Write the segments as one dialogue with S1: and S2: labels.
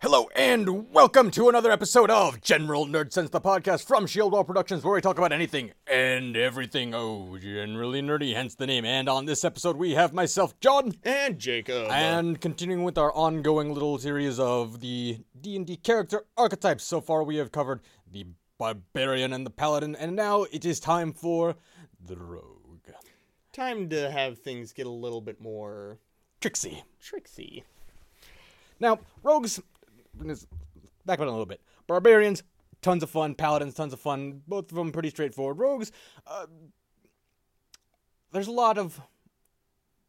S1: Hello and welcome to another episode of General Nerd Sense, the podcast from Shieldwall Productions, where we talk about anything and everything. Oh, generally nerdy, hence the name. And on this episode, we have myself, John,
S2: And Jacob.
S1: and continuing with our ongoing little series of the D&D character archetypes. So far we have covered the barbarian and the paladin and now it is time for the rogue.
S2: Time to have things get a little bit more
S1: Trixie.
S2: tricksy.
S1: Now, rogues is- back up a little bit. Barbarians tons of fun, paladins tons of fun, both of them pretty straightforward. Rogues uh, there's a lot of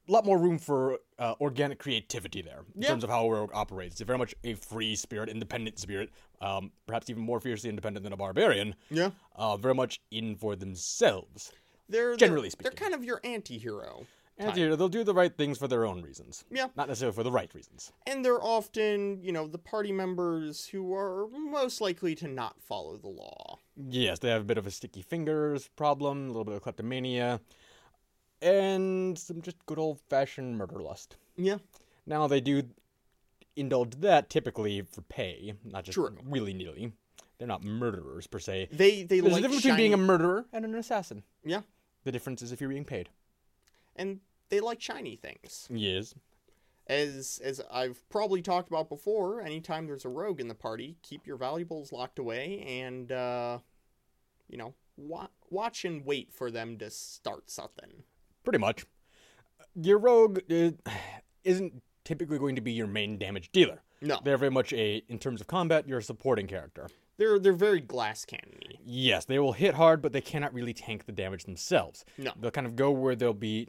S1: lot more room for uh, organic creativity there in
S2: Yeah.
S1: terms of how rogue operates. It's very much a free spirit, independent spirit, um, perhaps even more fiercely independent than a barbarian.
S2: Yeah.
S1: uh, very much in for themselves.
S2: They're
S1: Generally
S2: they're,
S1: speaking.
S2: they're kind of your anti-hero.
S1: And you know, they'll do the right things for their own reasons.
S2: Yeah.
S1: Not necessarily for the right reasons.
S2: And they're often, you know, the party members who are most likely to not follow the law.
S1: Yes, they have a bit of a sticky fingers problem, a little bit of kleptomania, and some just good old fashioned murder lust.
S2: Yeah.
S1: Now, they do indulge that typically for pay, not just
S2: True.
S1: willy nilly. They're not murderers per se.
S2: They they
S1: There's
S2: like
S1: a difference
S2: shiny,
S1: between being a murderer and an assassin.
S2: Yeah.
S1: The difference is if you're being paid.
S2: And they like shiny things.
S1: Yes.
S2: As as I've probably talked about before, anytime there's a rogue in the party, keep your valuables locked away and uh you know, wa- watch and wait for them to start something.
S1: pretty much. Your rogue uh, isn't typically going to be your main damage dealer.
S2: No.
S1: They're very much a, in terms of combat, you're a supporting character.
S2: They're they're very glass cannony.
S1: Yes, they will hit hard, but they cannot really tank the damage themselves.
S2: No.
S1: They'll kind of go where they'll be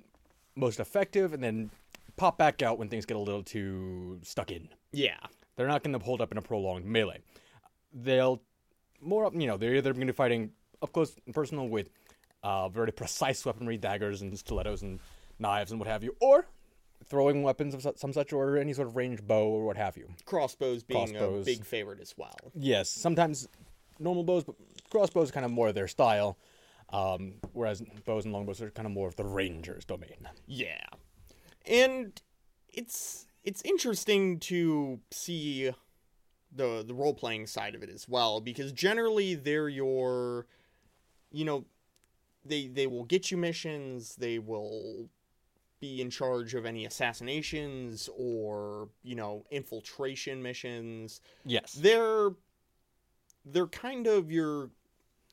S1: most effective and then pop back out when things get a little too stuck in.
S2: Yeah.
S1: They're not going to hold up in a prolonged melee. They'll more, up- you know, they're either going to be fighting up close and personal with uh, very precise weaponry, daggers and stilettos and knives and what have you, or throwing weapons of su- some such order, any sort of ranged bow or what have you.
S2: Crossbows being
S1: Crossbows.
S2: a big favorite as well.
S1: Yes, sometimes normal bows, but crossbows are kind of more their style, um, whereas bows and longbows are kind of more of the ranger's domain.
S2: Yeah. And it's it's interesting to see the the role playing side of it as well because generally they're your you know they they will get you missions, they will be in charge of any assassinations or, you know, infiltration missions.
S1: Yes.
S2: they're they're kind of your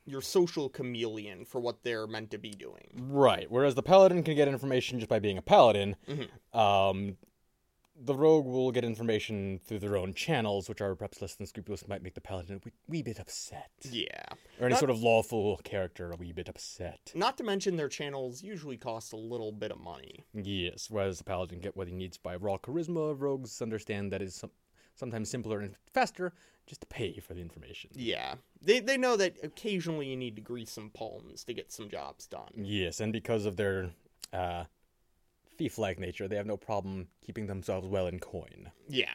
S2: your social chameleon for what they're meant to be doing.
S1: Right. Whereas the paladin can get information just by being a paladin,
S2: Mm-hmm.
S1: um, the rogue will get information through their own channels, which are perhaps less than scrupulous, might make the paladin a wee, wee bit upset.
S2: Yeah.
S1: Or any
S2: Not-
S1: sort of lawful character a wee bit upset.
S2: Not to mention their channels usually cost a little bit of money.
S1: Yes. Whereas the paladin get what he needs by raw charisma, rogues understand that is some, sometimes simpler and faster just to pay for the information.
S2: Yeah. They they know that occasionally you need to grease some palms to get some jobs done.
S1: Yes, and because of their uh, thief-like nature, they have no problem keeping themselves well in coin.
S2: Yeah.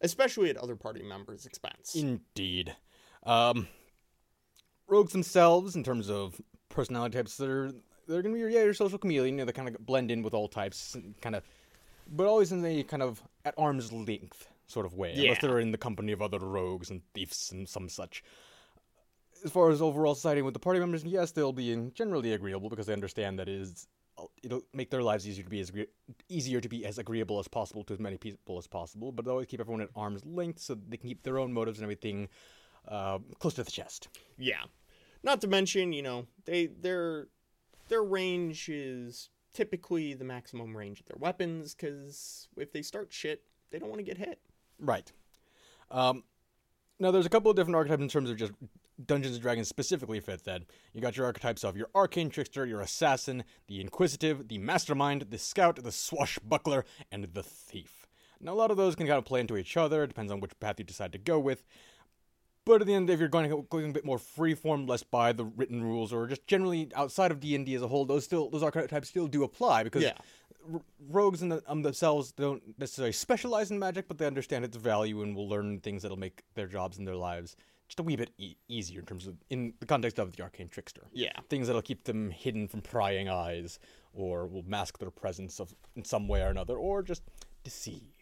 S2: Especially at other party members' expense.
S1: Indeed. Um, rogues themselves, in terms of personality types, they're they're gonna be your, yeah, your social chameleon. You know, they kind of blend in with all types, kind of, but always in a kind of at arm's length sort of way, unless
S2: Yeah.
S1: they're in the company of other rogues and thieves and some such. As far as overall society with the party members, yes, they'll be generally agreeable because they understand that it is it'll make their lives easier to be as agree- easier to be as agreeable as possible to as many people as possible, but they always keep everyone at arm's length so they can keep their own motives and everything uh, close to the chest.
S2: Yeah. Not to mention, you know, they their their range is typically the maximum range of their weapons cuz if they start shit, they don't want to get hit.
S1: Right. Um, now, there's a couple of different archetypes in terms of just Dungeons and Dragons specifically fit that. You got your archetypes of your arcane trickster, your assassin, the inquisitive, the mastermind, the scout, the swashbuckler, and the thief. Now, a lot of those can kind of play into each other. It depends on which path you decide to go with. But at the end, if you're going, going a bit more freeform, less by the written rules, or just generally outside of D and D as a whole, those still those archetypes still do apply because
S2: Yeah.
S1: r- rogues in the, um, themselves don't necessarily specialize in magic, but they understand its value and will learn things that'll make their jobs and their lives just a wee bit e- easier in terms of in the context of the arcane trickster.
S2: Yeah.
S1: Things that'll keep them hidden from prying eyes, or will mask their presence of in some way or another, or just deceive.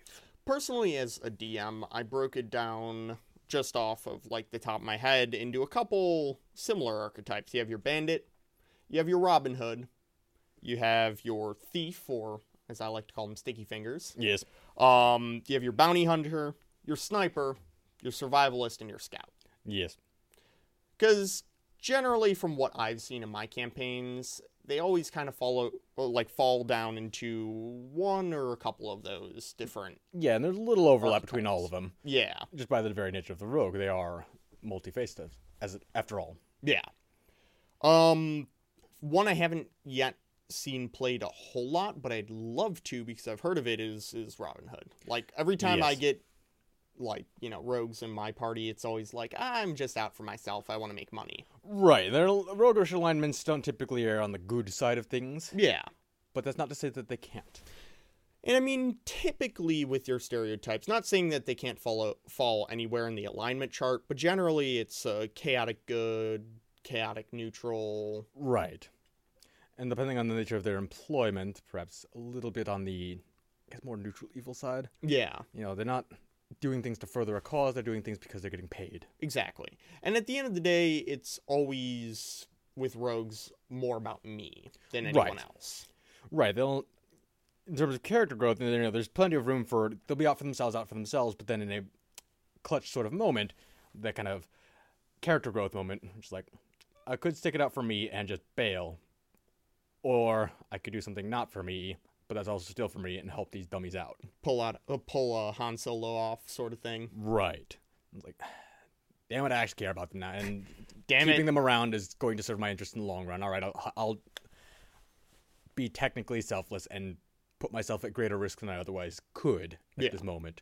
S2: personally as a DM, I broke it down just off of like the top of my head into a couple similar archetypes. You have your bandit, you have your Robin Hood, you have your thief, or as I like to call them, sticky fingers.
S1: Yes.
S2: Um, you have your bounty hunter, your sniper, your survivalist, and your scout.
S1: Yes.
S2: Because generally, from what I've seen in my campaigns, they always kind of follow, or like, fall down into one or a couple of those different.
S1: Yeah, and there's a little overlap between all of them,
S2: Yeah,
S1: just by the very nature of the rogue. They are multi-faced, as- as after all.
S2: yeah. Um, one I haven't yet seen played a whole lot, but I'd love to because I've heard of it. Is is Robin Hood? Like every time I
S1: Yes.
S2: get, like you know, rogues in my party, it's always like I'm just out for myself. I want to make money.
S1: Right. Their roguish alignments don't typically err on the good side of things,
S2: Yeah.
S1: but that's not to say that they can't.
S2: And I mean, typically with your stereotypes, not saying that they can't follow fall anywhere in the alignment chart, but generally it's uh, chaotic good, chaotic neutral.
S1: Right. And depending on the nature of their employment, perhaps a little bit on the I guess more neutral evil side.
S2: Yeah,
S1: You know, they're not doing things to further a cause, they're doing things because they're getting paid.
S2: exactly. And at the end of the day, it's always with rogues more about me than anyone
S1: Right.
S2: else.
S1: Right. They'll in terms of character growth, you know, there's plenty of room for they'll be out for themselves, out for themselves, but then in a clutch sort of moment, that kind of character growth moment, just like I could stick it out for me and just bail. Or I could do something not for me, but that's also still for me and help these dummies out.
S2: Pull out, uh, pull a Han Solo off, sort of thing.
S1: Right. It's like, damn it, I actually care about them now, and
S2: Damn
S1: keeping
S2: it.
S1: them around is going to serve my interest in the long run. All right, I'll, I'll be technically selfless and put myself at greater risk than I otherwise could at
S2: Yeah.
S1: this moment,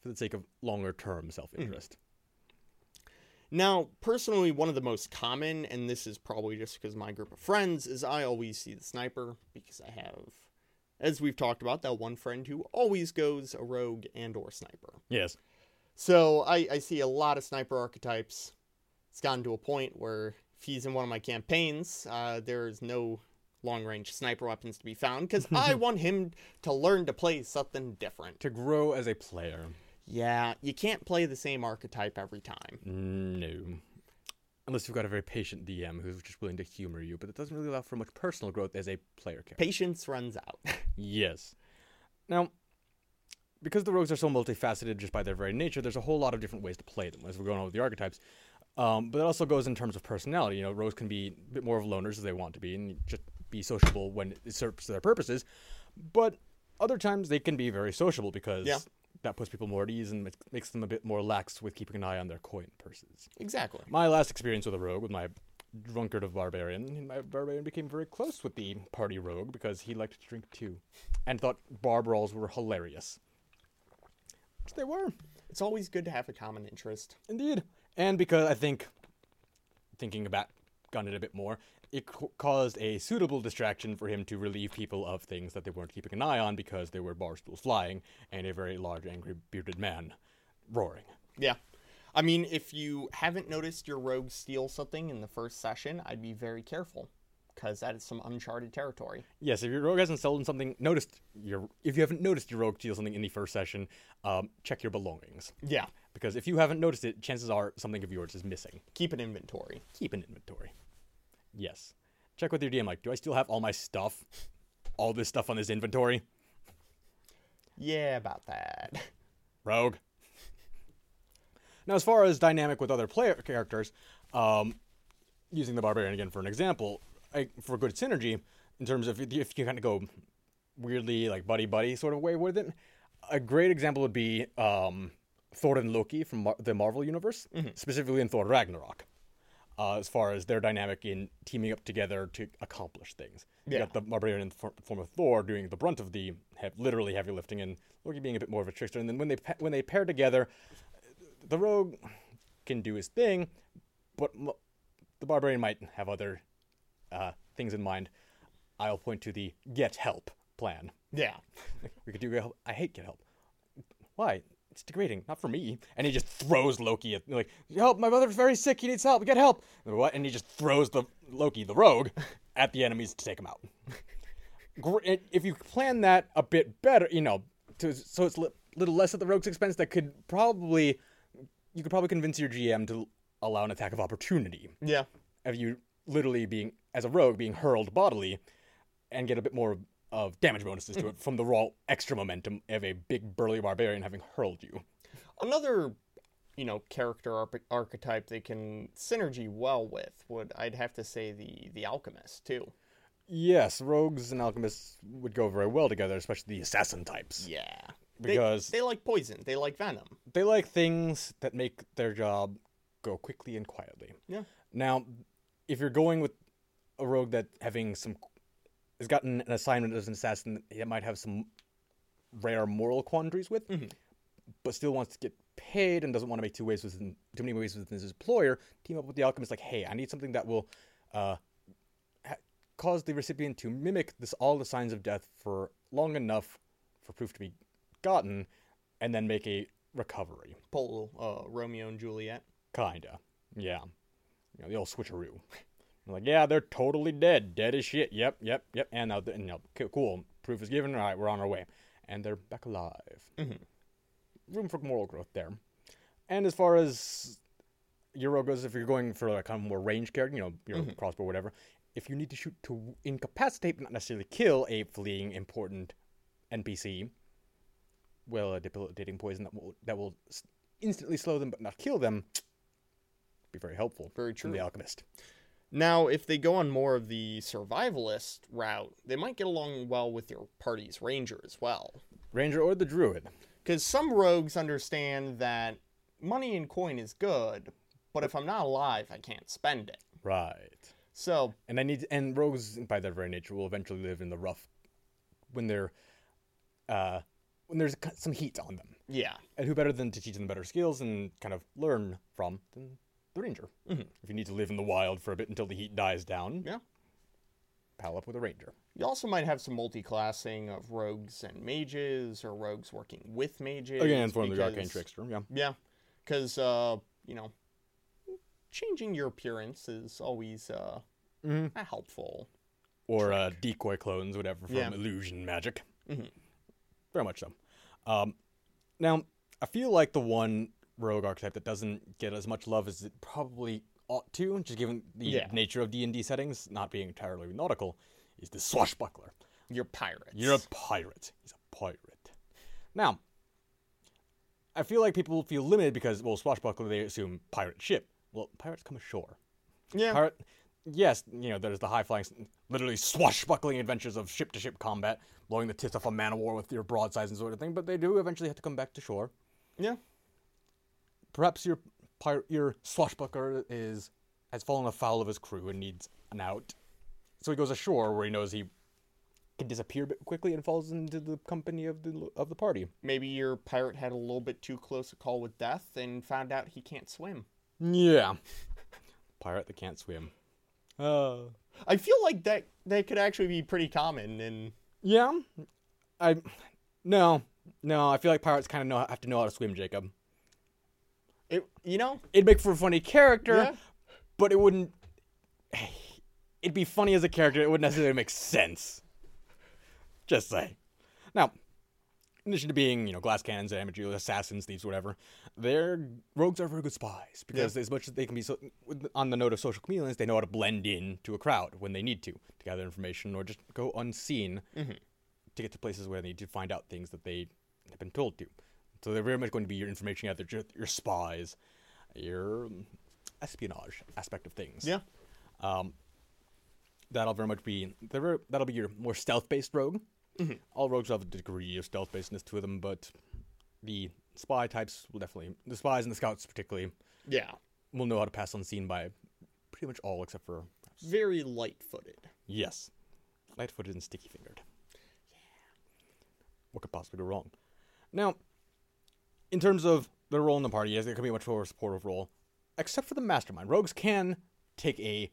S1: for the sake of longer term self interest.
S2: Now, personally, one of the most common, and this is probably just because of my group of friends, is I always see the sniper because I have, as we've talked about, that one friend who always goes a rogue and or sniper.
S1: Yes.
S2: So I, I see a lot of sniper archetypes. It's gotten to a point where if he's in one of my campaigns, uh, there is no long range sniper weapons to be found because I want him to learn to play something different.
S1: To grow as a player,
S2: Yeah, you can't play the same archetype every time.
S1: no. Unless you've got a very patient DM who's just willing to humor you, but it doesn't really allow for much personal growth as a player character.
S2: Patience runs out.
S1: Yes. Now, because the rogues are so multifaceted just by their very nature, there's a whole lot of different ways to play them, as we're going on with the archetypes. Um, but it also goes in terms of personality. You know, rogues can be a bit more of loners as they want to be and just be sociable when it serves their purposes. But other times they can be very sociable because
S2: Yeah.
S1: that puts people more at ease and makes- makes them a bit more lax with keeping an eye on their coin purses.
S2: exactly.
S1: My last experience with a rogue, with my drunkard of barbarian, my barbarian became very close with the party rogue because he liked to drink too, and thought bar brawls were hilarious. Which they were,
S2: It's always good to have a common interest.
S1: indeed. And because I think, thinking about gun it a bit more, it c- caused a suitable distraction for him to relieve people of things that they weren't keeping an eye on because there were bar stools flying and a very large, angry, bearded man roaring.
S2: Yeah. I mean, if you haven't noticed your rogue steal something in the first session, I'd be very careful because that is some uncharted territory.
S1: Yes, if your rogue hasn't stolen something, noticed your if you haven't noticed your rogue steal something in the first session, um, check your belongings
S2: Yeah.
S1: because if you haven't noticed it, chances are something of yours is missing.
S2: Keep an inventory.
S1: Keep an inventory. Yes, check with your DM. Like, do I still have all my stuff? All this stuff on this inventory,
S2: Yeah, about that.
S1: rogue. Now, as far as dynamic with other player characters, um, using the barbarian again for an example, I, for good synergy, in terms of if you- if you kind of go weirdly like buddy buddy sort of way with it, a great example would be um, Thor and Loki from Mar- the Marvel universe, specifically in Thor Ragnarok. Uh, as far as their dynamic in teaming up together to accomplish things, you
S2: Yeah.
S1: got the barbarian in the for- form of Thor doing the brunt of the hev literally heavy lifting, and Loki being a bit more of a trickster. And then when they pa- when they pair together, the rogue can do his thing, but m- the barbarian might have other uh, things in mind. I'll point to the get help plan.
S2: Yeah.
S1: We could do get help. I hate get help. Why? It's degrading. Not for me. And he just throws Loki at like help. My mother's very sick. He needs help. Get help. And what? And he just throws the Loki, the rogue, at the enemies to take him out. Gr- If you plan that a bit better, you know, to, so it's li- little less at the rogue's expense that could probably you could probably convince your GM to allow an attack of opportunity
S2: Yeah.
S1: of you literally being as a rogue being hurled bodily and get a bit more of damage bonuses to it from the raw extra momentum of a big burly barbarian having hurled you.
S2: Another, you know, character arp archetype they can synergy well with would I'd have to say the the alchemist too.
S1: Yes, rogues and alchemists would go very well together, especially the assassin types.
S2: Yeah.
S1: Because-
S2: they, they like poison, they like venom.
S1: They like things that make their job go quickly and quietly.
S2: Yeah.
S1: Now, if you're going with a rogue that having some has gotten an assignment as an assassin that might have some rare moral quandaries with, but still wants to get paid and doesn't want to make two ways with too many ways with his employer, team up with the alchemist. Like, hey, I need something that will uh, ha- cause the recipient to mimic this all the signs of death for long enough for proof to be gotten, and then make a recovery.
S2: Pole uh, Romeo and Juliet.
S1: Kinda. Yeah. You know, the old switcheroo. I'm like, yeah, they're totally dead. Dead as shit. Yep, yep, yep. And now, and now c- cool. Proof is given. All right, we're on our way. And they're back alive. Room for moral growth there. And as far as Euro goes, if you're going for like kind of more range character, you know, your crossbow, whatever, if you need to shoot to incapacitate, but not necessarily kill a fleeing important NPC, well, a debilitating poison that will that will s- instantly slow them but not kill them, be very helpful.
S2: Very
S1: from
S2: true.
S1: the alchemist.
S2: Now, if they go on more of the survivalist route, they might get along well with your party's ranger as well.
S1: Ranger or the druid.
S2: Because some rogues understand that money and coin is good, but if I'm not alive, I can't spend it.
S1: Right.
S2: So,
S1: And I need and rogues by their very nature will eventually live in the rough when they're uh when there's c- some heat on them.
S2: yeah.
S1: And who better than to teach them better skills and kind of learn from than the ranger? If you need to live in the wild for a bit until the heat dies down,
S2: Mm-hmm. Yeah.
S1: pal up with a ranger.
S2: You also might have some multi-classing of rogues and mages, or rogues working with mages.
S1: Again, it's one of the arcane
S2: because-
S1: trickster. Yeah.
S2: Yeah, because uh, you know, changing your appearance is always uh,
S1: Mm-hmm.
S2: a helpful.
S1: or uh, decoy clones, whatever, from
S2: Yeah. Mm-hmm.
S1: illusion magic. Very much so. Um, now, I feel like the one rogue archetype that doesn't get as much love as it probably ought to, just given the
S2: Yeah.
S1: nature of D and D settings not being entirely nautical, is the swashbuckler.
S2: You're pirates.
S1: You're a pirate. He's a pirate. Now, I feel like people feel limited because, well, swashbuckler, they assume pirate ship. Well, pirates come ashore.
S2: yeah.
S1: Pirate. Yes, you know, there's the high flying, literally swashbuckling adventures of ship to ship combat, blowing the tits off a man of war with your broadsides and sort of thing, but they do eventually have to come back to shore.
S2: yeah.
S1: Perhaps your pirate, your swashbuckler is has fallen afoul of his crew and needs an out. So he goes ashore where he knows he can disappear bit quickly and falls into the company of the of the party.
S2: Maybe your pirate had a little bit too close a call with death and found out he can't swim.
S1: Yeah. Pirate that can't swim. Uh
S2: I feel like that that could actually be pretty common in
S1: Yeah, I no no. I feel like pirates kind of know have to know how to swim, Jacob.
S2: it. You know,
S1: It'd make for a funny character,
S2: Yeah.
S1: but it wouldn't. It'd be funny as a character. It wouldn't necessarily make sense. Just say. Now, in addition to being you know glass cannons, amateurs, assassins, thieves, whatever, their rogues are very good spies because as much as they can be so, with- on the note of social chameleons, they know how to blend in to a crowd when they need to to gather information or just go unseen to get to places where they need to find out things that they have been told to. So they're very much going to be your information gatherer, your, your spies, your um, espionage aspect of things.
S2: yeah,
S1: That'll very much be they're very- that'll be your more stealth-based rogue. All rogues have a degree of stealth-basedness to them, but the spy types will definitely the spies and the scouts particularly
S2: yeah,
S1: will know how to pass unseen by pretty much all except for
S2: very light-footed.
S1: yes, light-footed and sticky-fingered. What could possibly go wrong? Now, in terms of their role in the party, yes, they can be a much more supportive role, except for the mastermind. Rogues can take a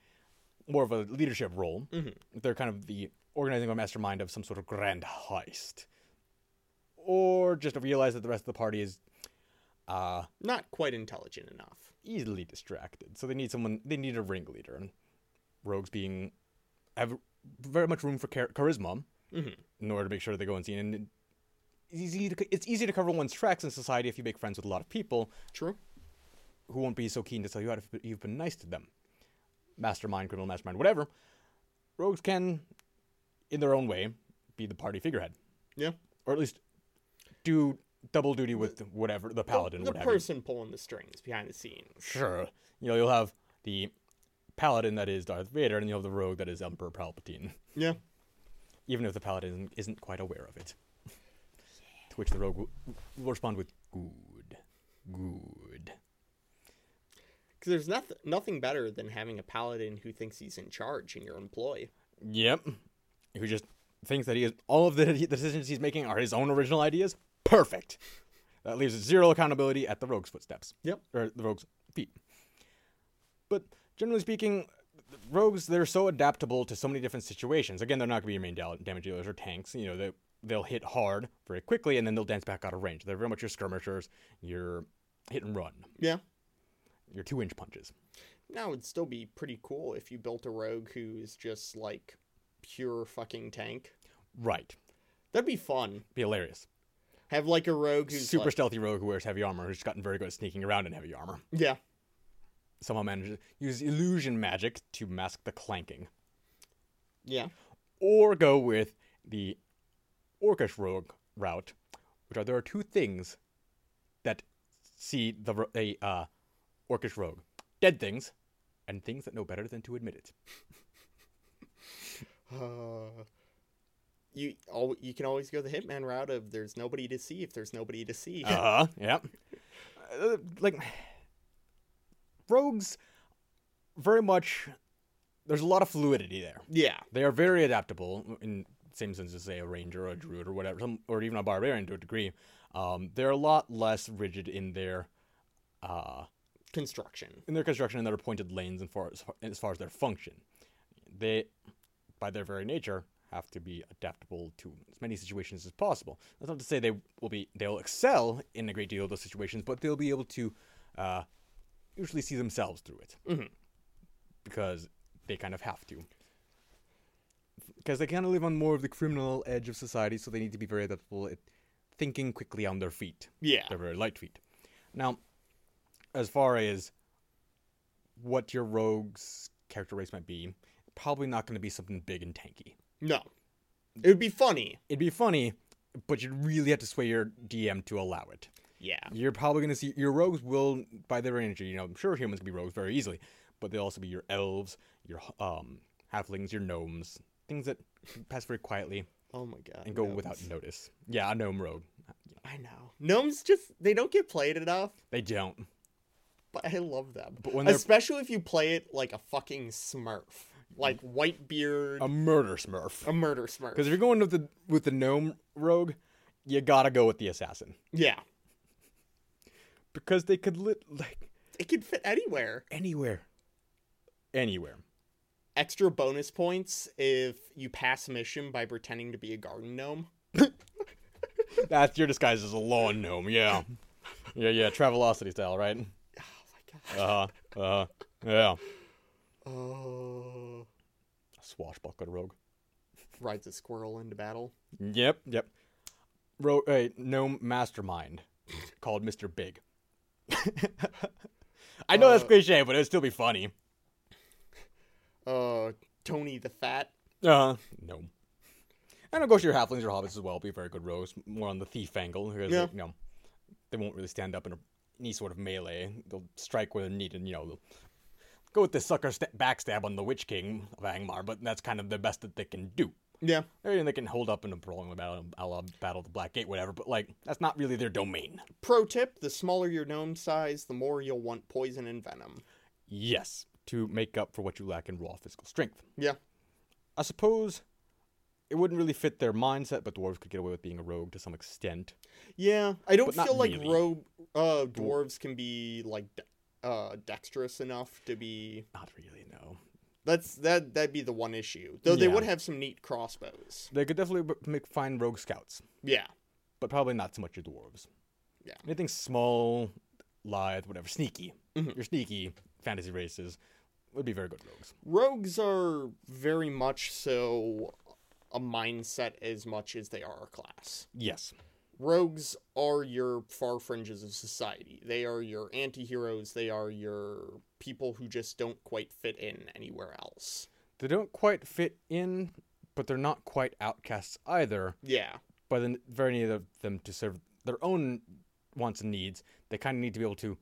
S1: more of a leadership role. They're kind of the organizing a mastermind of some sort of grand heist, or just to realize that the rest of the party is uh,
S2: Not quite intelligent enough.
S1: easily distracted. So they need someone. They need a ringleader, and rogues being have very much room for char- charisma in order to make sure they go unseen. And it's easy to, it's easy to cover one's tracks in society if you make friends with a lot of people
S2: True.
S1: who won't be so keen to tell you out if you've been nice to them. Mastermind, criminal mastermind, whatever. Rogues can, in their own way, be the party figurehead,
S2: Yeah.
S1: or at least do double duty with whatever the paladin.
S2: the
S1: what have you.
S2: person pulling the strings behind the scenes.
S1: Sure, you know you'll have the paladin that is Darth Vader, and you'll have the rogue that is Emperor Palpatine.
S2: Yeah.
S1: even if the paladin isn't quite aware of it. to which the rogue will, will respond with "Good, good."
S2: Because there's nothing nothing better than having a paladin who thinks he's in charge in your employ.
S1: Yep, who just thinks that he is all of the the decisions he's making are his own original ideas. Perfect. That leaves zero accountability at the rogue's footsteps.
S2: Yep.
S1: or the rogue's feet. But generally speaking, th- rogues they're so adaptable to so many different situations. Again, they're not going to be your main dal- damage dealers or tanks. You know, they they'll hit hard very quickly and then they'll dance back out of range. They're very much your skirmishers, your hit and run,
S2: Yeah.
S1: your two inch punches.
S2: Now it'd still be pretty cool if you built a rogue who's just like pure fucking tank.
S1: Right,
S2: That'd be fun.
S1: be hilarious.
S2: Have like a rogue who's
S1: Super
S2: like-
S1: stealthy rogue who wears heavy armor, who's gotten very good at sneaking around in heavy armor.
S2: yeah.
S1: Somehow manages use illusion magic to mask the clanking.
S2: Yeah.
S1: or go with the orcish rogue route, which are there are two things that see the ro- a uh, orcish rogue: dead things and things that know better than to admit it.
S2: Uh, you al- you can always go the hitman route of there's nobody to see if there's nobody to see.
S1: Uh huh. yeah. Uh, like rogues, very much. There's a lot of fluidity there.
S2: yeah.
S1: They are very adaptable in same sense as say a ranger or a druid or whatever, some, or even a barbarian to a degree. Um, they're a lot less rigid in their uh,
S2: Construction.
S1: in their construction and their appointed lanes and far as, far, as far as their function. They, by their very nature, have to be adaptable to as many situations as possible. That's not to say they will be they'll excel in a great deal of those situations, but they'll be able to uh, usually see themselves through it
S2: Mhm.
S1: because they kind of have to. Because they kind of live on more of the criminal edge of society, so they need to be very adaptable at thinking quickly on their feet.
S2: Yeah.
S1: They're very light feet. Now, as far as what your rogue's character race might be, probably not going to be something big and tanky.
S2: No. It would be funny.
S1: It'd be funny, but you'd really have to sway your DM to allow it.
S2: Yeah.
S1: You're probably going to see your rogues will, by their nature, you know, I'm sure humans can be rogues very easily, but they'll also be your elves, your um, halflings, your gnomes, things that pass very quietly
S2: Oh my god.
S1: and go
S2: gnomes.
S1: without notice. Yeah, a gnome rogue.
S2: I know. Gnomes just they don't get played enough,
S1: They don't.
S2: but I love them.
S1: But when they're
S2: Especially if you play it like a fucking smurf. Like white beard,
S1: a murder smurf.
S2: a murder smurf.
S1: Because Um, if you're going with the with the gnome rogue, you gotta go with the assassin
S2: yeah.
S1: because they could lit like
S2: It can fit anywhere.
S1: anywhere, anywhere.
S2: Extra bonus points if you pass a mission by pretending to be a garden gnome.
S1: That's your disguise as a lawn gnome. Yeah, yeah, yeah. Travelocity style, right?
S2: Oh my god.
S1: Uh huh. Uh huh. Yeah.
S2: Oh.
S1: Swashbuckler rogue.
S2: Rides a squirrel into battle.
S1: Yep. Yep. Ro- uh, gnome mastermind called Mister Big. I know that's
S2: Uh,
S1: cliche, but it'd still be funny.
S2: Uh, Tony the Fat.
S1: Uh, no. And of course, your halflings or hobbits as well be very good rogues, more on the thief angle. Because
S2: Yeah.
S1: they, you know, they won't really stand up in a, any sort of melee. They'll strike where they're needed. You know, they'll go with the sucker sta backstab on the Witch King of Angmar, but that's kind of the best that they can do.
S2: Yeah.
S1: I mean, they can hold up in a prolonged battle, a la Battle of the Black Gate, whatever. But like, that's not really their domain.
S2: Pro tip the smaller your gnome size, the more you'll want poison and venom.
S1: Yes, to make up for what you lack in raw physical strength.
S2: Yeah.
S1: I suppose it wouldn't really fit their mindset, but dwarves could get away with being a rogue to some extent.
S2: Yeah, I don't
S1: But not
S2: feel like
S1: really.
S2: ro- uh, dwarves can be like de- uh, dexterous enough to be.
S1: Not really, no.
S2: That's that that'd be the one issue. Though they
S1: Yeah.
S2: would have some neat crossbows.
S1: They could definitely b- make fine rogue scouts,
S2: Yeah,
S1: but probably not so much your dwarves.
S2: Yeah.
S1: Anything small, lithe, whatever, sneaky.
S2: Mhm.
S1: Your sneaky fantasy races would be very good rogues.
S2: rogues are very much so a mindset as much as they are a class.
S1: Yes.
S2: rogues are your far fringes of society. They are your anti-heroes, they are your people who just don't quite fit in anywhere else.
S1: They don't quite fit in, but they're not quite outcasts either.
S2: Yeah.
S1: By the very need of them to serve their own wants and needs, they kind of need to be able to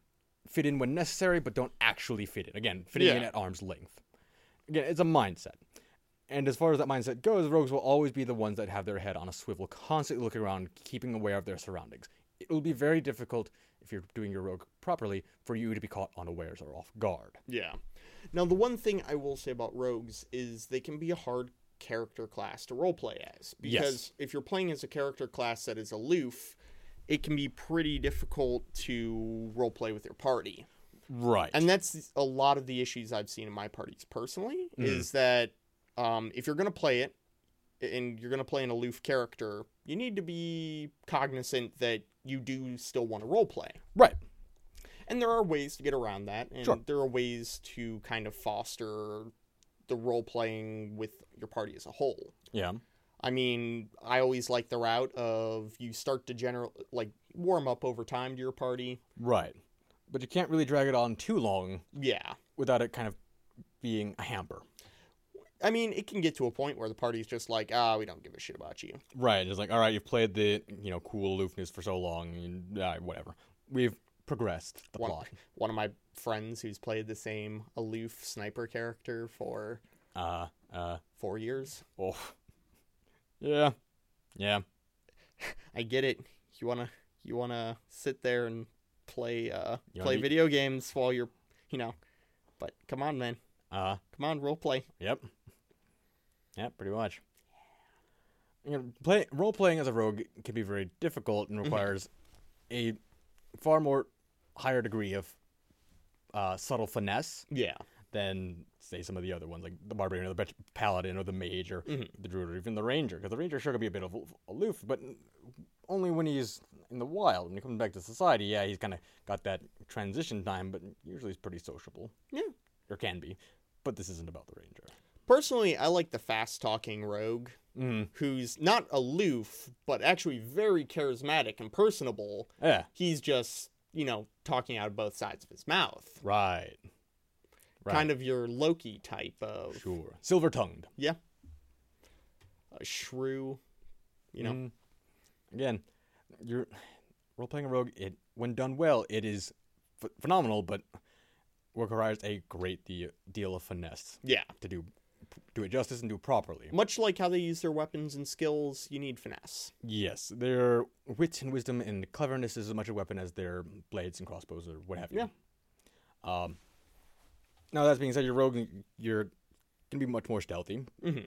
S1: fit in when necessary, but don't actually fit in. Again, fitting in
S2: Yeah.
S1: at arm's length. Again, it's a mindset. And as far as that mindset goes, rogues will always be the ones that have their head on a swivel, constantly looking around, keeping aware of their surroundings. It will be very difficult, if you're doing your rogue properly, for you to be caught unawares or off guard.
S2: Yeah. Now the one thing I will say about rogues is they can be a hard character class to roleplay as
S1: Yes.
S2: because if you're playing as a character class that is aloof, it can be pretty difficult to roleplay with your party.
S1: Right.
S2: And that's a lot of the issues I've seen in my parties personally
S1: Mhm.
S2: is that um, if you're going to play it and you're going to play an aloof character, you need to be cognizant that you do still want to roleplay.
S1: right.
S2: And there are ways to get around that, and
S1: Sure.
S2: there are ways to kind of foster the role playing with your party as a whole.
S1: Yeah.
S2: I mean, I always like the route of you start to general like warm up over time to your party.
S1: Right. But you can't really drag it on too long
S2: Yeah.
S1: without it kind of being a hamper.
S2: I mean, it can get to a point where the party's just like, ah, we don't give a shit about you.
S1: Right. It's like, all right, you've played the you know cool aloofness for so long, and uh, whatever. We've progressed the
S2: One,
S1: plot.
S2: one of my friends who's played the same aloof sniper character for
S1: Uh, uh,
S2: four years.
S1: oh, yeah, yeah,
S2: I get it. You wanna you wanna sit there and play uh
S1: You wanna
S2: play
S1: be-
S2: video games while you're you know. But come on, man.
S1: uh,
S2: Come on, role play.
S1: yep, yep, pretty much. You know, play role playing as a rogue can be very difficult and requires a far more higher degree of uh, subtle finesse
S2: Yeah.
S1: than say some of the other ones like the barbarian or the Bet- paladin or the mage or
S2: Mhm.
S1: the druid or even the ranger because the ranger sure could be a bit of aloof but only when he's in the wild when he comes back to society yeah he's kind of got that transition time but usually he's pretty sociable
S2: Yeah.
S1: or can be but this isn't about the ranger
S2: Personally, I like the fast talking rogue
S1: mm.
S2: Mm-hmm. who's not aloof, but actually very charismatic and personable.
S1: yeah
S2: He's just, you know, talking out of both sides of his mouth.
S1: right right
S2: Kind of your Loki type of
S1: sure silver tongued
S2: a shrew, you know.
S1: Mm. again you're role playing a rogue it when done well it is ph- phenomenal but requires a great de- deal of finesse
S2: Yeah.
S1: to do do it justice and do it properly
S2: Much like how they use their weapons and skills, you need finesse.
S1: yes their wit and wisdom and cleverness is as much a weapon as their blades and crossbows or what have you
S2: Yeah.
S1: um now that being said your rogue you're gonna be much more stealthy
S2: Mm-hmm.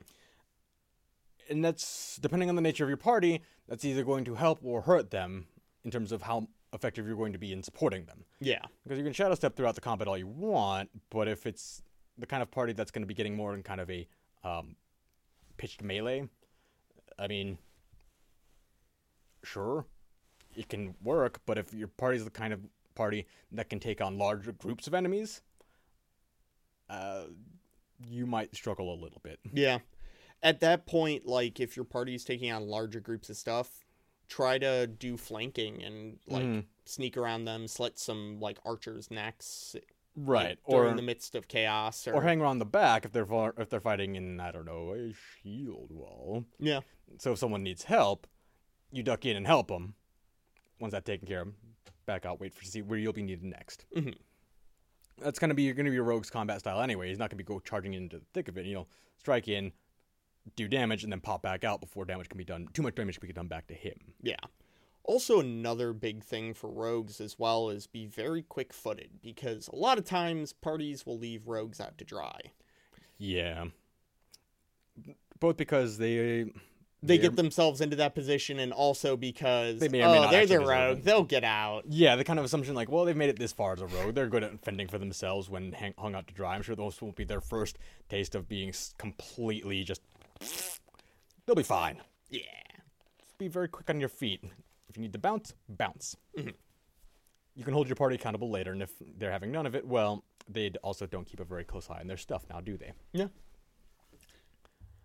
S1: and that's depending on the nature of your party that's either going to help or hurt them in terms of how effective you're going to be in supporting them
S2: Yeah.
S1: because you can shadow step throughout the combat all you want but if it's the kind of party that's going to be getting more in kind of a um, pitched melee i mean sure it can work but if your party's the kind of party that can take on larger groups of enemies uh, you might struggle a little bit
S2: Yeah. At that point, like if your party's taking on larger groups of stuff, try to do flanking and like
S1: Mhm.
S2: sneak around them, slit some like archers' necks. like,
S1: right
S2: They're
S1: or
S2: in the midst of chaos or,
S1: or hang around the back if they're far, if they're fighting in I don't know a shield wall.
S2: Yeah.
S1: So if someone needs help, you duck in and help them. Once that's taken care of, back out, wait for see where you'll be needed next.
S2: Mhm.
S1: That's gonna be you're gonna be a rogue's combat style anyway. He's not gonna be go charging into the thick of it. You know, strike in, do damage, and then pop back out before damage can be done. Too much damage can be done back to him.
S2: Yeah. Also another big thing for rogues as well is be very quick footed because a lot of times parties will leave rogues out to dry.
S1: Yeah. Both because they
S2: They
S1: they're-
S2: get themselves into that position and also because
S1: They may or may
S2: oh,
S1: not
S2: they're the
S1: actually deserve
S2: rogue,
S1: it."
S2: they'll get out.
S1: Yeah, the kind of assumption like, well, they've made it this far as a rogue. They're good at fending for themselves when hang- hung out to dry. I'm sure those won't be their first taste of being s- completely just. They'll be fine.
S2: Yeah.
S1: Be very quick on your feet. If you need to bounce, bounce. You can hold your party accountable later, and if they're having none of it, well, they d- also don't keep a very close eye on their stuff now, do they?
S2: Yeah.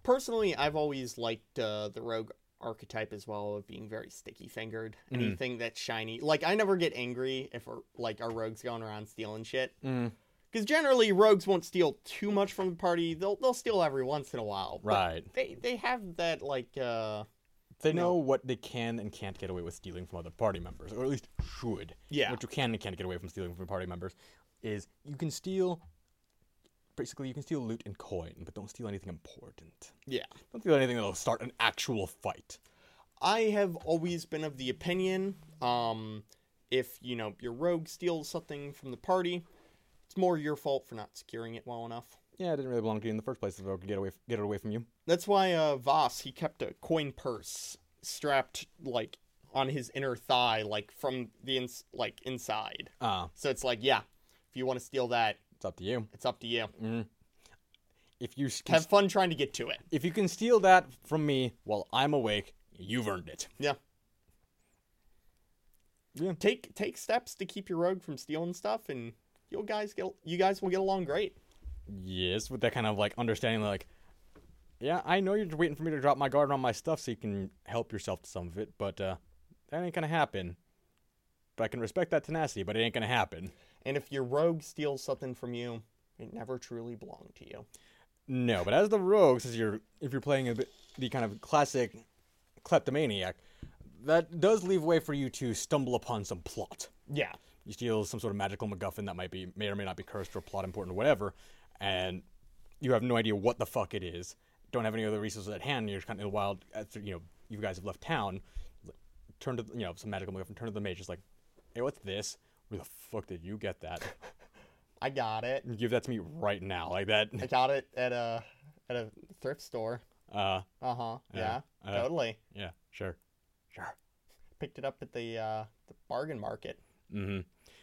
S2: Personally, I've always liked uh, the rogue archetype as well of being very sticky fingered.
S1: Mm.
S2: Anything that's shiny. Like I never get angry if our, like our rogues going around stealing shit.
S1: Mm,
S2: Because generally rogues won't steal too much from the party. They'll they'll steal every once in a while. but
S1: right.
S2: They they have that like uh
S1: They know what they can and can't get away with stealing from other party members, or at least should.
S2: Yeah.
S1: What you can and can't get away from stealing from party members is you can steal. Basically, you can steal loot and coin, but don't steal anything important.
S2: yeah.
S1: Don't steal anything that'll start an actual fight.
S2: I have always been of the opinion, um, if you know your rogue steals something from the party, it's more your fault for not securing it well enough.
S1: Yeah, it didn't really belong to you in the first place. If I could get away, get it away from you.
S2: That's why uh, Voss he kept a coin purse strapped like on his inner thigh, like from the ins- like inside.
S1: Ah,
S2: So it's like, yeah, if you want to steal that,
S1: it's up to you.
S2: it's up to you.
S1: If you s- can,
S2: Have fun trying to get to it.
S1: if you can steal that from me while I'm awake, you've earned it.
S2: Yeah.
S1: Yeah.
S2: Take take steps to keep your rogue from stealing stuff, and you guys get you guys will get along great.
S1: Yes, with that kind of like understanding, like, yeah, I know you're waiting for me to drop my guard on my stuff so you can help yourself to some of it, but uh, that ain't gonna happen. But I can respect that tenacity, but it ain't gonna happen.
S2: And if your rogue steals something from you, it never truly belonged to you.
S1: No, but as the rogue, since you're if you're playing a bit, the kind of classic kleptomaniac, that does leave way for you to stumble upon some plot.
S2: Yeah.
S1: you steal some sort of magical MacGuffin that might be may or may not be cursed or plot important or whatever, and you have no idea what the fuck it is. Don't have any other resources at hand. and You're just kind of in the wild. After, you know, you guys have left town. Turn to you know some magical MacGuffin. Turn to the mage. It's like, hey, what's this? Where the fuck did you get that?
S2: I got it.
S1: Give that to me right now, like that.
S2: I got it at a at a thrift store.
S1: Uh,
S2: Uh-huh. Yeah.
S1: uh.
S2: totally.
S1: yeah, sure, sure.
S2: Picked it up at the uh the bargain market.
S1: Mm-hmm.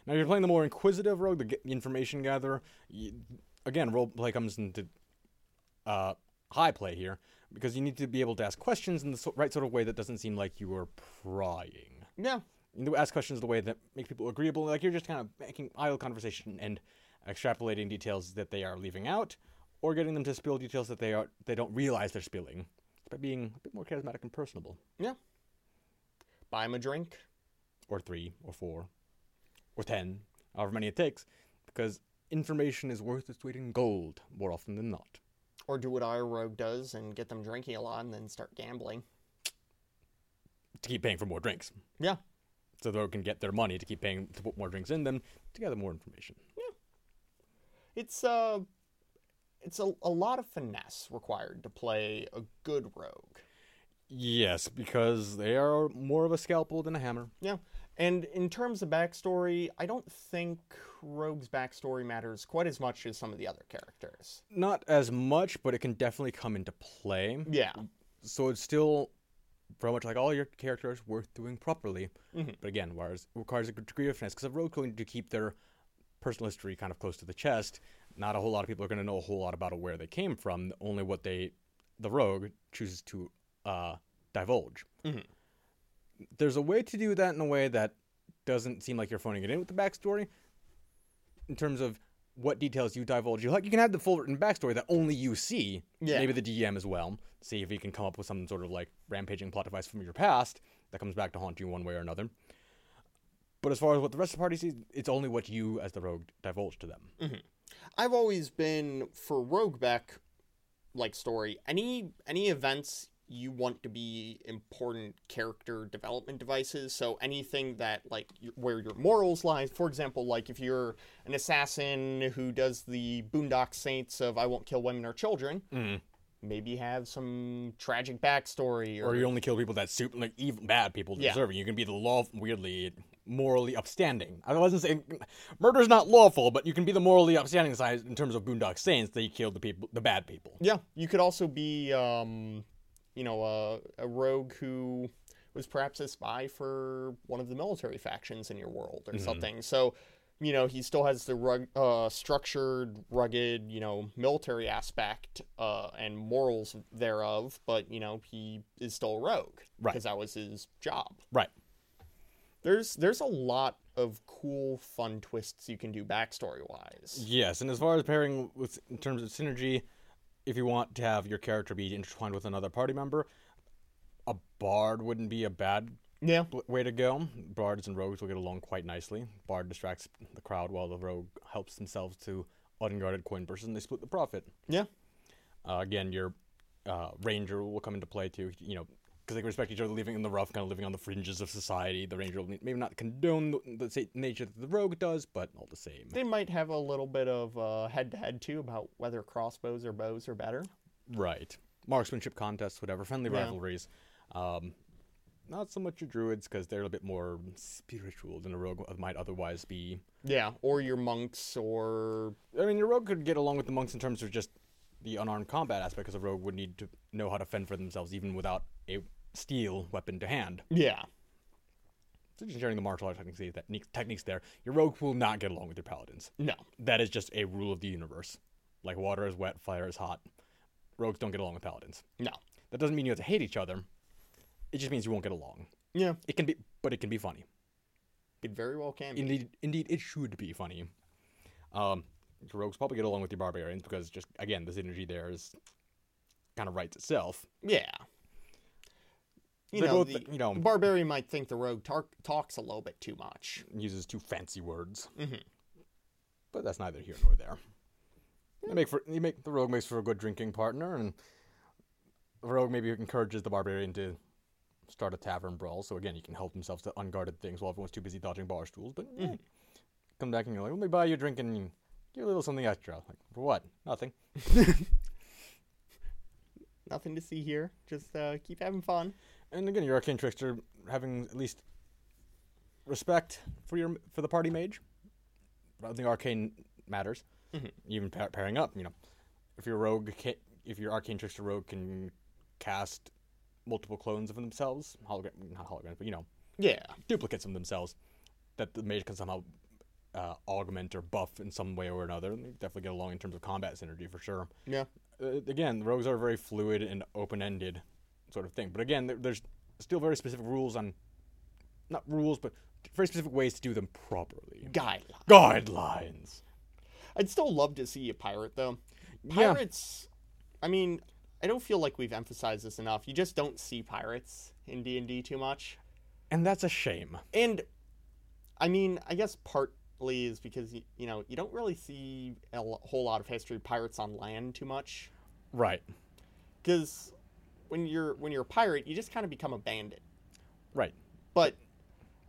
S1: Now, if you're playing the more inquisitive rogue, the g- information gatherer, y again, role play comes into uh, high play here because you need to be able to ask questions in the so- right sort of way that doesn't seem like you are prying.
S2: Yeah.
S1: You need to ask questions the way that make people agreeable. Like you're just kind of making idle conversation and extrapolating details that they are leaving out, or getting them to spill details that they are they don't realize they're spilling. By being a bit more charismatic and personable,
S2: Yeah. Buy him a drink.
S1: or three or four or ten, however many it takes, because information is worth its weight in gold more often than not.
S2: Or do what our rogue does and get them drinking a lot and then start gambling.
S1: To keep paying for more drinks,
S2: Yeah.
S1: so they can get their money to keep paying to put more drinks in them to gather more information.
S2: It's uh it's a, a lot of finesse required to play a good rogue.
S1: Yes, because they are more of a scalpel than a hammer.
S2: Yeah. And in terms of backstory, I don't think Rogue's backstory matters quite as much as some of the other characters.
S1: Not as much, but it can definitely come into play.
S2: Yeah.
S1: So it's still very much like all your characters worth doing properly. But again, requires, requires a good degree of finesse because a rogue going to keep their personal history kind of close to the chest. Not a whole lot of people are going to know a whole lot about where they came from. Only what they, the rogue, chooses to uh, divulge.
S2: Mhm.
S1: There's a way to do that in a way that doesn't seem like you're phoning it in with the backstory. In terms of what details you divulge, you like you can have the full written backstory that only you see.
S2: Yeah.
S1: Maybe the DM as well. See if he can come up with some sort of like rampaging plot device from your past that comes back to haunt you one way or another. But as far as what the rest of the party sees, it's only what you as the rogue divulge to them.
S2: I've always been for Rogue back like story, any any events you want to be important character development devices, so anything that like y- where your morals lie, for example, like if you're an assassin who does the Boondock Saints of I won't kill women or children, maybe have some tragic backstory
S1: Or you only kill people that suit like even bad people
S2: Yeah.
S1: deserving. You can be the law weirdly morally upstanding. I wasn't saying murder's not lawful, but you can be the morally upstanding side in terms of Boondock Saints. They killed the people, the bad people.
S2: Yeah, you could also be, um, you know, a, a rogue who was perhaps a spy for one of the military factions in your world or something. So, you know, he still has the rug, uh, structured, rugged, you know, military aspect uh, and morals thereof, but you know, he is still a rogue
S1: Right.
S2: because that was his job.
S1: Right.
S2: There's there's a lot of cool, fun twists you can do backstory wise.
S1: Yes, and as far as pairing with in terms of synergy, if you want to have your character be intertwined with another party member, a bard wouldn't be a bad
S2: Yeah.
S1: bl- way to go. Bards and rogues will get along quite nicely. Bard distracts the crowd while the rogue helps themselves to unguarded coin purses and they split the profit.
S2: Yeah.
S1: Uh, again, your uh, ranger will come into play too. You know, because they can respect each other, living in the rough, kind of living on the fringes of society. The ranger will maybe not condone the, the sa- nature that the rogue does, but all the same,
S2: They might have a little bit of uh, head-to-head too about whether crossbows or bows are better.
S1: right? Marksmanship contests, whatever, friendly
S2: Yeah.
S1: rivalries. Um, not so much your druids because they're a bit more spiritual than a rogue might otherwise be.
S2: Yeah, or your monks or
S1: I mean, your rogue could get along with the monks in terms of just the unarmed combat aspect, because a rogue would need to know how to fend for themselves even without a steel weapon to hand.
S2: yeah,
S1: So just sharing the martial arts techniques, that ne- techniques there, your rogue will not get along with your paladins.
S2: no,
S1: That is just a rule of the universe. Like water is wet, fire is hot. Rogues don't get along with paladins.
S2: no,
S1: That doesn't mean you have to hate each other. It just means you won't get along.
S2: yeah,
S1: It can be, but it can be funny.
S2: it very well can. Be.
S1: Indeed, indeed, it should be funny. Um, the rogues probably get along with the barbarians because just again, the synergy there is kind of writes itself.
S2: Yeah, you
S1: They
S2: know,
S1: both,
S2: the,
S1: you know-
S2: the barbarian might think the rogue tar- talks a little bit too much.
S1: It uses two fancy words,
S2: Mhm.
S1: but that's neither here nor there. They make for you make the rogue makes for a good drinking partner, and the rogue maybe encourages the barbarian to start a tavern brawl. So again, he can help himself to unguarded things while everyone's too busy dodging bar stools. But eh, come back and you're like, let me buy you a drink and give you a little something extra. Like for what? Nothing.
S2: Nothing to see here. Just uh, keep having fun.
S1: And again, your arcane trickster having at least respect for your for the party mage. I don't think arcane matters. Even pa- pairing up, you know, if your rogue, ca if your arcane trickster rogue can cast multiple clones of themselves, hologram, not holograms, but you know,
S2: Yeah,
S1: duplicates of themselves, that the mage can somehow uh, augment or buff in some way or another. And they definitely get along in terms of combat synergy for sure
S2: yeah,
S1: uh, again, the rogues are very fluid and open-ended sort of thing. But again, there, there's still very specific rules on, not rules, but very specific ways to do them properly.
S2: guy.
S1: Guidelines.
S2: I'd still love to see a pirate though.
S1: Yeah.
S2: Pirates. I mean, I don't feel like we've emphasized this enough. You just don't see pirates in D and D too much.
S1: And that's a shame.
S2: And I mean, I guess partly is because y- you know you don't really see a l- whole lot of history of pirates on land too much
S1: Right.
S2: because when you're when you're a pirate, you just kind of become a bandit.
S1: Right.
S2: But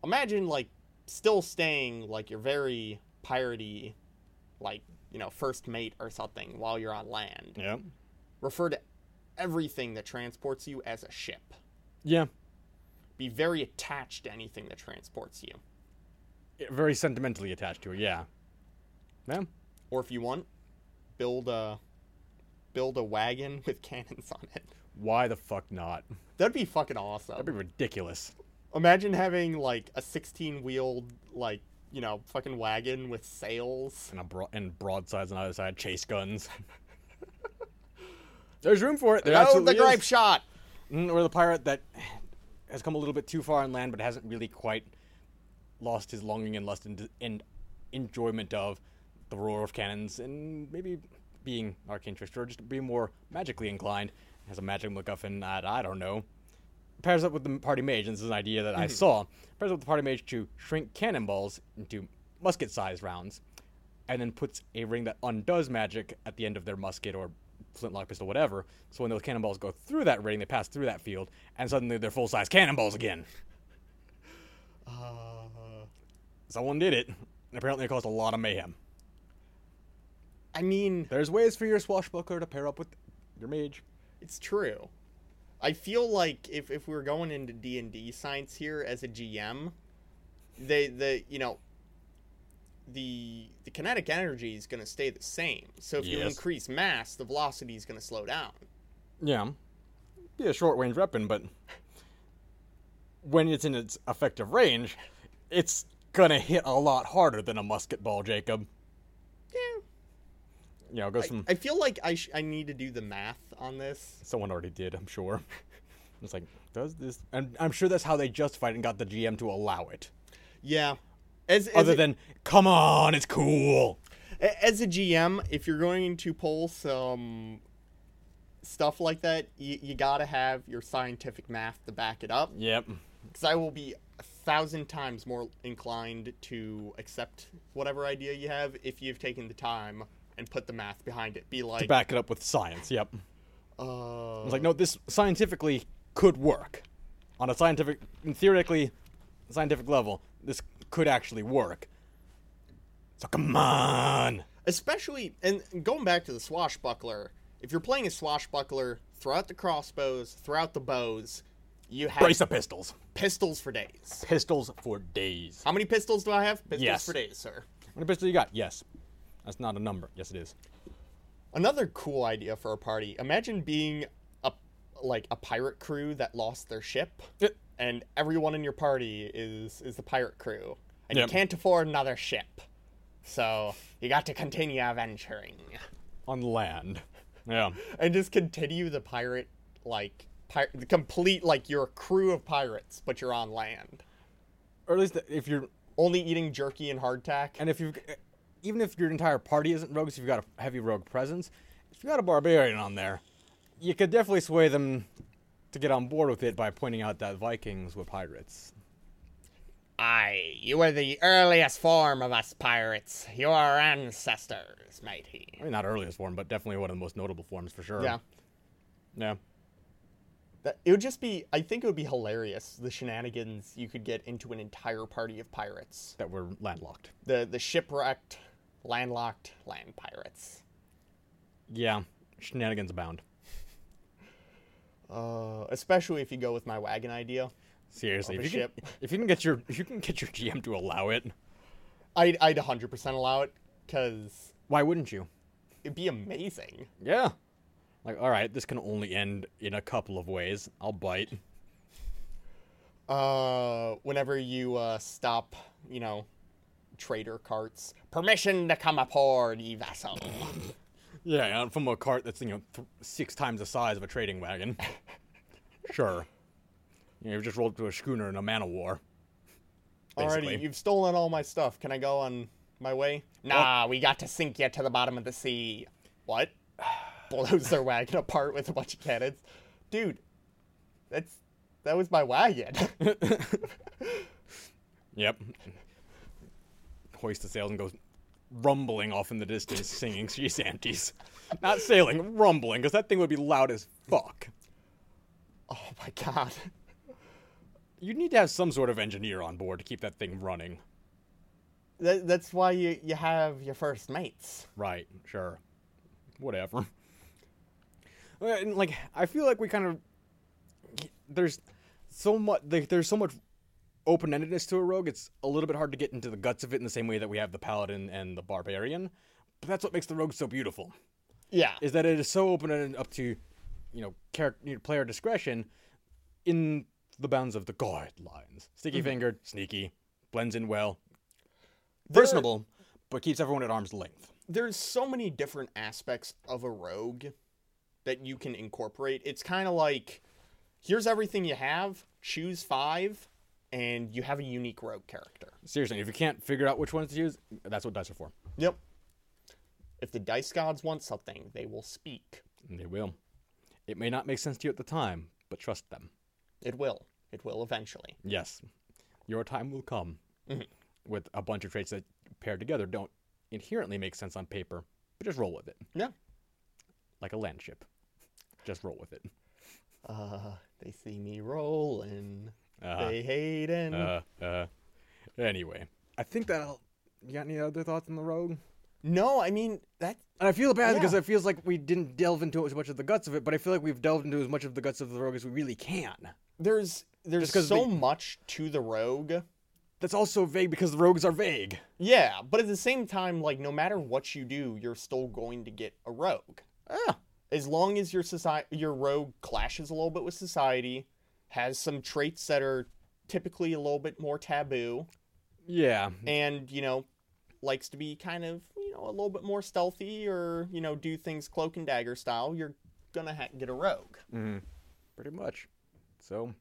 S2: imagine like still staying like you're very piratey, like you know first mate or something while you're on land.
S1: Yeah.
S2: Refer to everything that transports you as a ship.
S1: Yeah.
S2: Be very attached to anything that transports you.
S1: Yeah, Very sentimentally attached to it. Yeah. Yeah.
S2: or if you want, build a build a wagon with cannons on it.
S1: Why the fuck not?
S2: That'd be fucking awesome.
S1: That'd be ridiculous.
S2: Imagine having like a 16 wheeled like you know fucking wagon with sails.
S1: And a bro- and broadsides on either side, chase guns. There's room for it. There
S2: oh,
S1: absolutely
S2: the
S1: is.
S2: grape shot.
S1: Mm, or the pirate that has come a little bit too far inland but hasn't really quite lost his longing and lust and, and enjoyment of the roar of cannons and maybe being arcane trickster or just being more magically inclined has a magic MacGuffin I, I don't know pairs up with the party mage and this is an idea that I saw pairs up with the party mage to shrink cannonballs into musket sized rounds and then puts a ring that undoes magic at the end of their musket or flintlock pistol, whatever. So when those cannonballs go through that ring, they pass through that field, and suddenly they're full size cannonballs again.
S2: Uh,
S1: Someone did it. and Apparently, it caused a lot of mayhem.
S2: I mean,
S1: There's ways for your swashbuckler to pair up with your mage.
S2: it's true. I feel like if if we were going into D and D science here as a GM, they the you know the the kinetic energy is going to stay the same. So if you
S1: Yes.
S2: increase mass, the velocity is going to slow down.
S1: Yeah. Be a short range weapon, but when it's in its effective range, it's gonna hit a lot harder than a musket ball, Jacob.
S2: Yeah.
S1: You know, it goes
S2: I,
S1: from
S2: I feel like I sh- I need to do the math on this.
S1: Someone already did, I'm sure. It's like, does this? And I'm sure that's how they justified it and got the GM to allow it.
S2: Yeah. As, as
S1: Other
S2: a-
S1: than, come on, it's cool.
S2: a- as a GM, if you're going to pull some stuff like that, you, you gotta have your scientific math to back it up.
S1: Yep.
S2: Because I will be a thousand times more inclined to accept whatever idea you have if you've taken the time and put the math behind it. Be
S1: To
S2: like,
S1: back it up with science. Yep.
S2: uh,
S1: It's like, no, this scientifically could work. On a scientific, theoretically, scientific level, this could actually work. So come on.
S2: especially and going back to the swashbuckler if you're playing a swashbuckler throughout the crossbows throughout the bows you have
S1: Brace the pistols.
S2: pistols for days
S1: Pistols for days.
S2: how many pistols do i have pistols
S1: Yes.
S2: for days sir
S1: How many pistols you got? Yes. That's not a number. Yes, it is.
S2: another cool idea for a party imagine being a like a pirate crew that lost their ship
S1: Eh,
S2: and everyone in your party is is the pirate crew and
S1: Yep.
S2: you can't afford another ship so you got to continue adventuring
S1: On land. Yeah.
S2: and just continue the pirate like pir- the complete like you're a crew of pirates but you're on land
S1: Or at least if you're,
S2: only eating jerky and hardtack
S1: and if you've, even if your entire party isn't rogues, if you've got a heavy rogue presence, if you've got a barbarian on there, you could definitely sway them to get on board with it by pointing out that Vikings were pirates.
S2: aye you are the earliest form of us pirates you are our ancestors matey
S1: I mean, not earliest form, but definitely one of the most notable forms for sure.
S2: yeah
S1: Yeah.
S2: that, it would just be i think it would be hilarious the shenanigans you could get into an entire party of pirates
S1: That were landlocked.
S2: the the shipwrecked landlocked land pirates
S1: Yeah. Shenanigans abound.
S2: uh, especially if you go with my wagon idea
S1: Seriously.
S2: Of
S1: If
S2: a
S1: you, can, if you can get your if you can get your GM to allow it,
S2: I'd, I'd 100% allow it because
S1: why wouldn't you?
S2: it'd be amazing.
S1: Yeah. Like, all right, this can only end in a couple of ways. I'll bite.
S2: Uh, whenever you uh, stop, you know, trader carts, permission to come aboard, ye vessel.
S1: Yeah, and from a cart that's you know th- six times the size of a trading wagon. sure. You know, you've just rolled up to a schooner in a man of war. Basically.
S2: Alrighty, you've stolen all my stuff. Can I go on my way? Nah, we got to sink you to the bottom of the sea. What? Blows their wagon apart with a bunch of cannons. Dude, that's that was my wagon.
S1: Yep. Hoists the sails and goes rumbling off in the distance, singing sea shanties. Not sailing, rumbling, because that thing would be loud as fuck.
S2: oh my god.
S1: You need to have some sort of engineer on board to keep that thing running.
S2: That, that's why you, you have your first mates.
S1: Right, sure. Whatever. Well, and, like I feel like we kind of there's so much like, there's so much open-endedness to a rogue. It's a little bit hard to get into the guts of it in the same way that we have the paladin and the barbarian. But that's what makes the rogue so beautiful.
S2: Yeah.
S1: Is that it is so open and up to you know character player discretion in the bounds of the guidelines. Sticky fingered, sneaky, blends in well, personable, but keeps everyone at arm's length.
S2: there's so many different aspects of a rogue that you can incorporate. It's kind of like here's everything you have, choose 5 and you have a unique rogue character.
S1: Seriously, if you can't figure out which ones to use, that's what dice are for.
S2: Yep. If the dice gods want something, they will speak.
S1: And they will. It may not make sense to you at the time, but trust them.
S2: It will. It will eventually.
S1: Yes, your time will come with a bunch of traits that paired together don't inherently make sense on paper, but just roll with it,
S2: Yeah.
S1: like a land ship. Just roll with it.
S2: Uh, they see me rolling.
S1: Uh-huh.
S2: They hating.
S1: Uh, uh, anyway, I think that'll. You got any other thoughts on the rogue?
S2: no, I mean that
S1: And I feel bad because
S2: Yeah.
S1: it feels like we didn't delve into as much of the guts of it, but I feel like we've delved into as much of the guts of the rogue as we really can.
S2: there's there's
S1: 'cause
S2: so
S1: they-
S2: much to the rogue.
S1: That's also vague because the rogues are vague.
S2: Yeah, but at the same time, like no matter what you do, you're still going to get a rogue.
S1: Ah,
S2: As long as your society, your rogue clashes a little bit with society, has some traits that are typically a little bit more taboo,
S1: yeah.
S2: and you know, likes to be kind of you know a little bit more stealthy or you know do things cloak and dagger style, you're gonna ha- get a rogue.
S1: pretty much. So,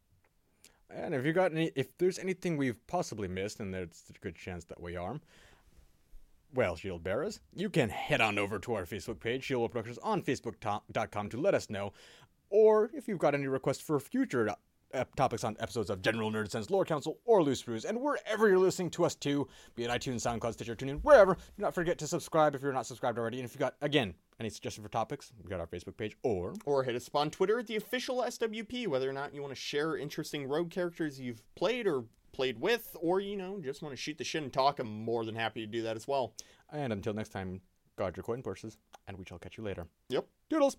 S1: and if you got any, if there's anything we've possibly missed, and there's a good chance that we are, Well, shield bearers, you can head on over to our Facebook page, Shield World Productions, on Facebook.com to let us know. Or if you've got any requests for future to- ep- topics on episodes of General Nerd Sense, Lore Council, or Loose Screws, and wherever you're listening to us to, be it iTunes, SoundCloud, Stitcher, TuneIn, wherever, do not forget to subscribe if you're not subscribed already. And if you've got, again, any suggestion for topics, we've got our Facebook page, or
S2: Or hit us up on Twitter at the official SWP, whether or not you want to share interesting rogue characters you've played or played with, or, you know, just want to shoot the shit and talk. I'm more than happy to do that as well.
S1: And until next time, guard your coin purses, and we shall catch you later.
S2: Yep.
S1: Doodles!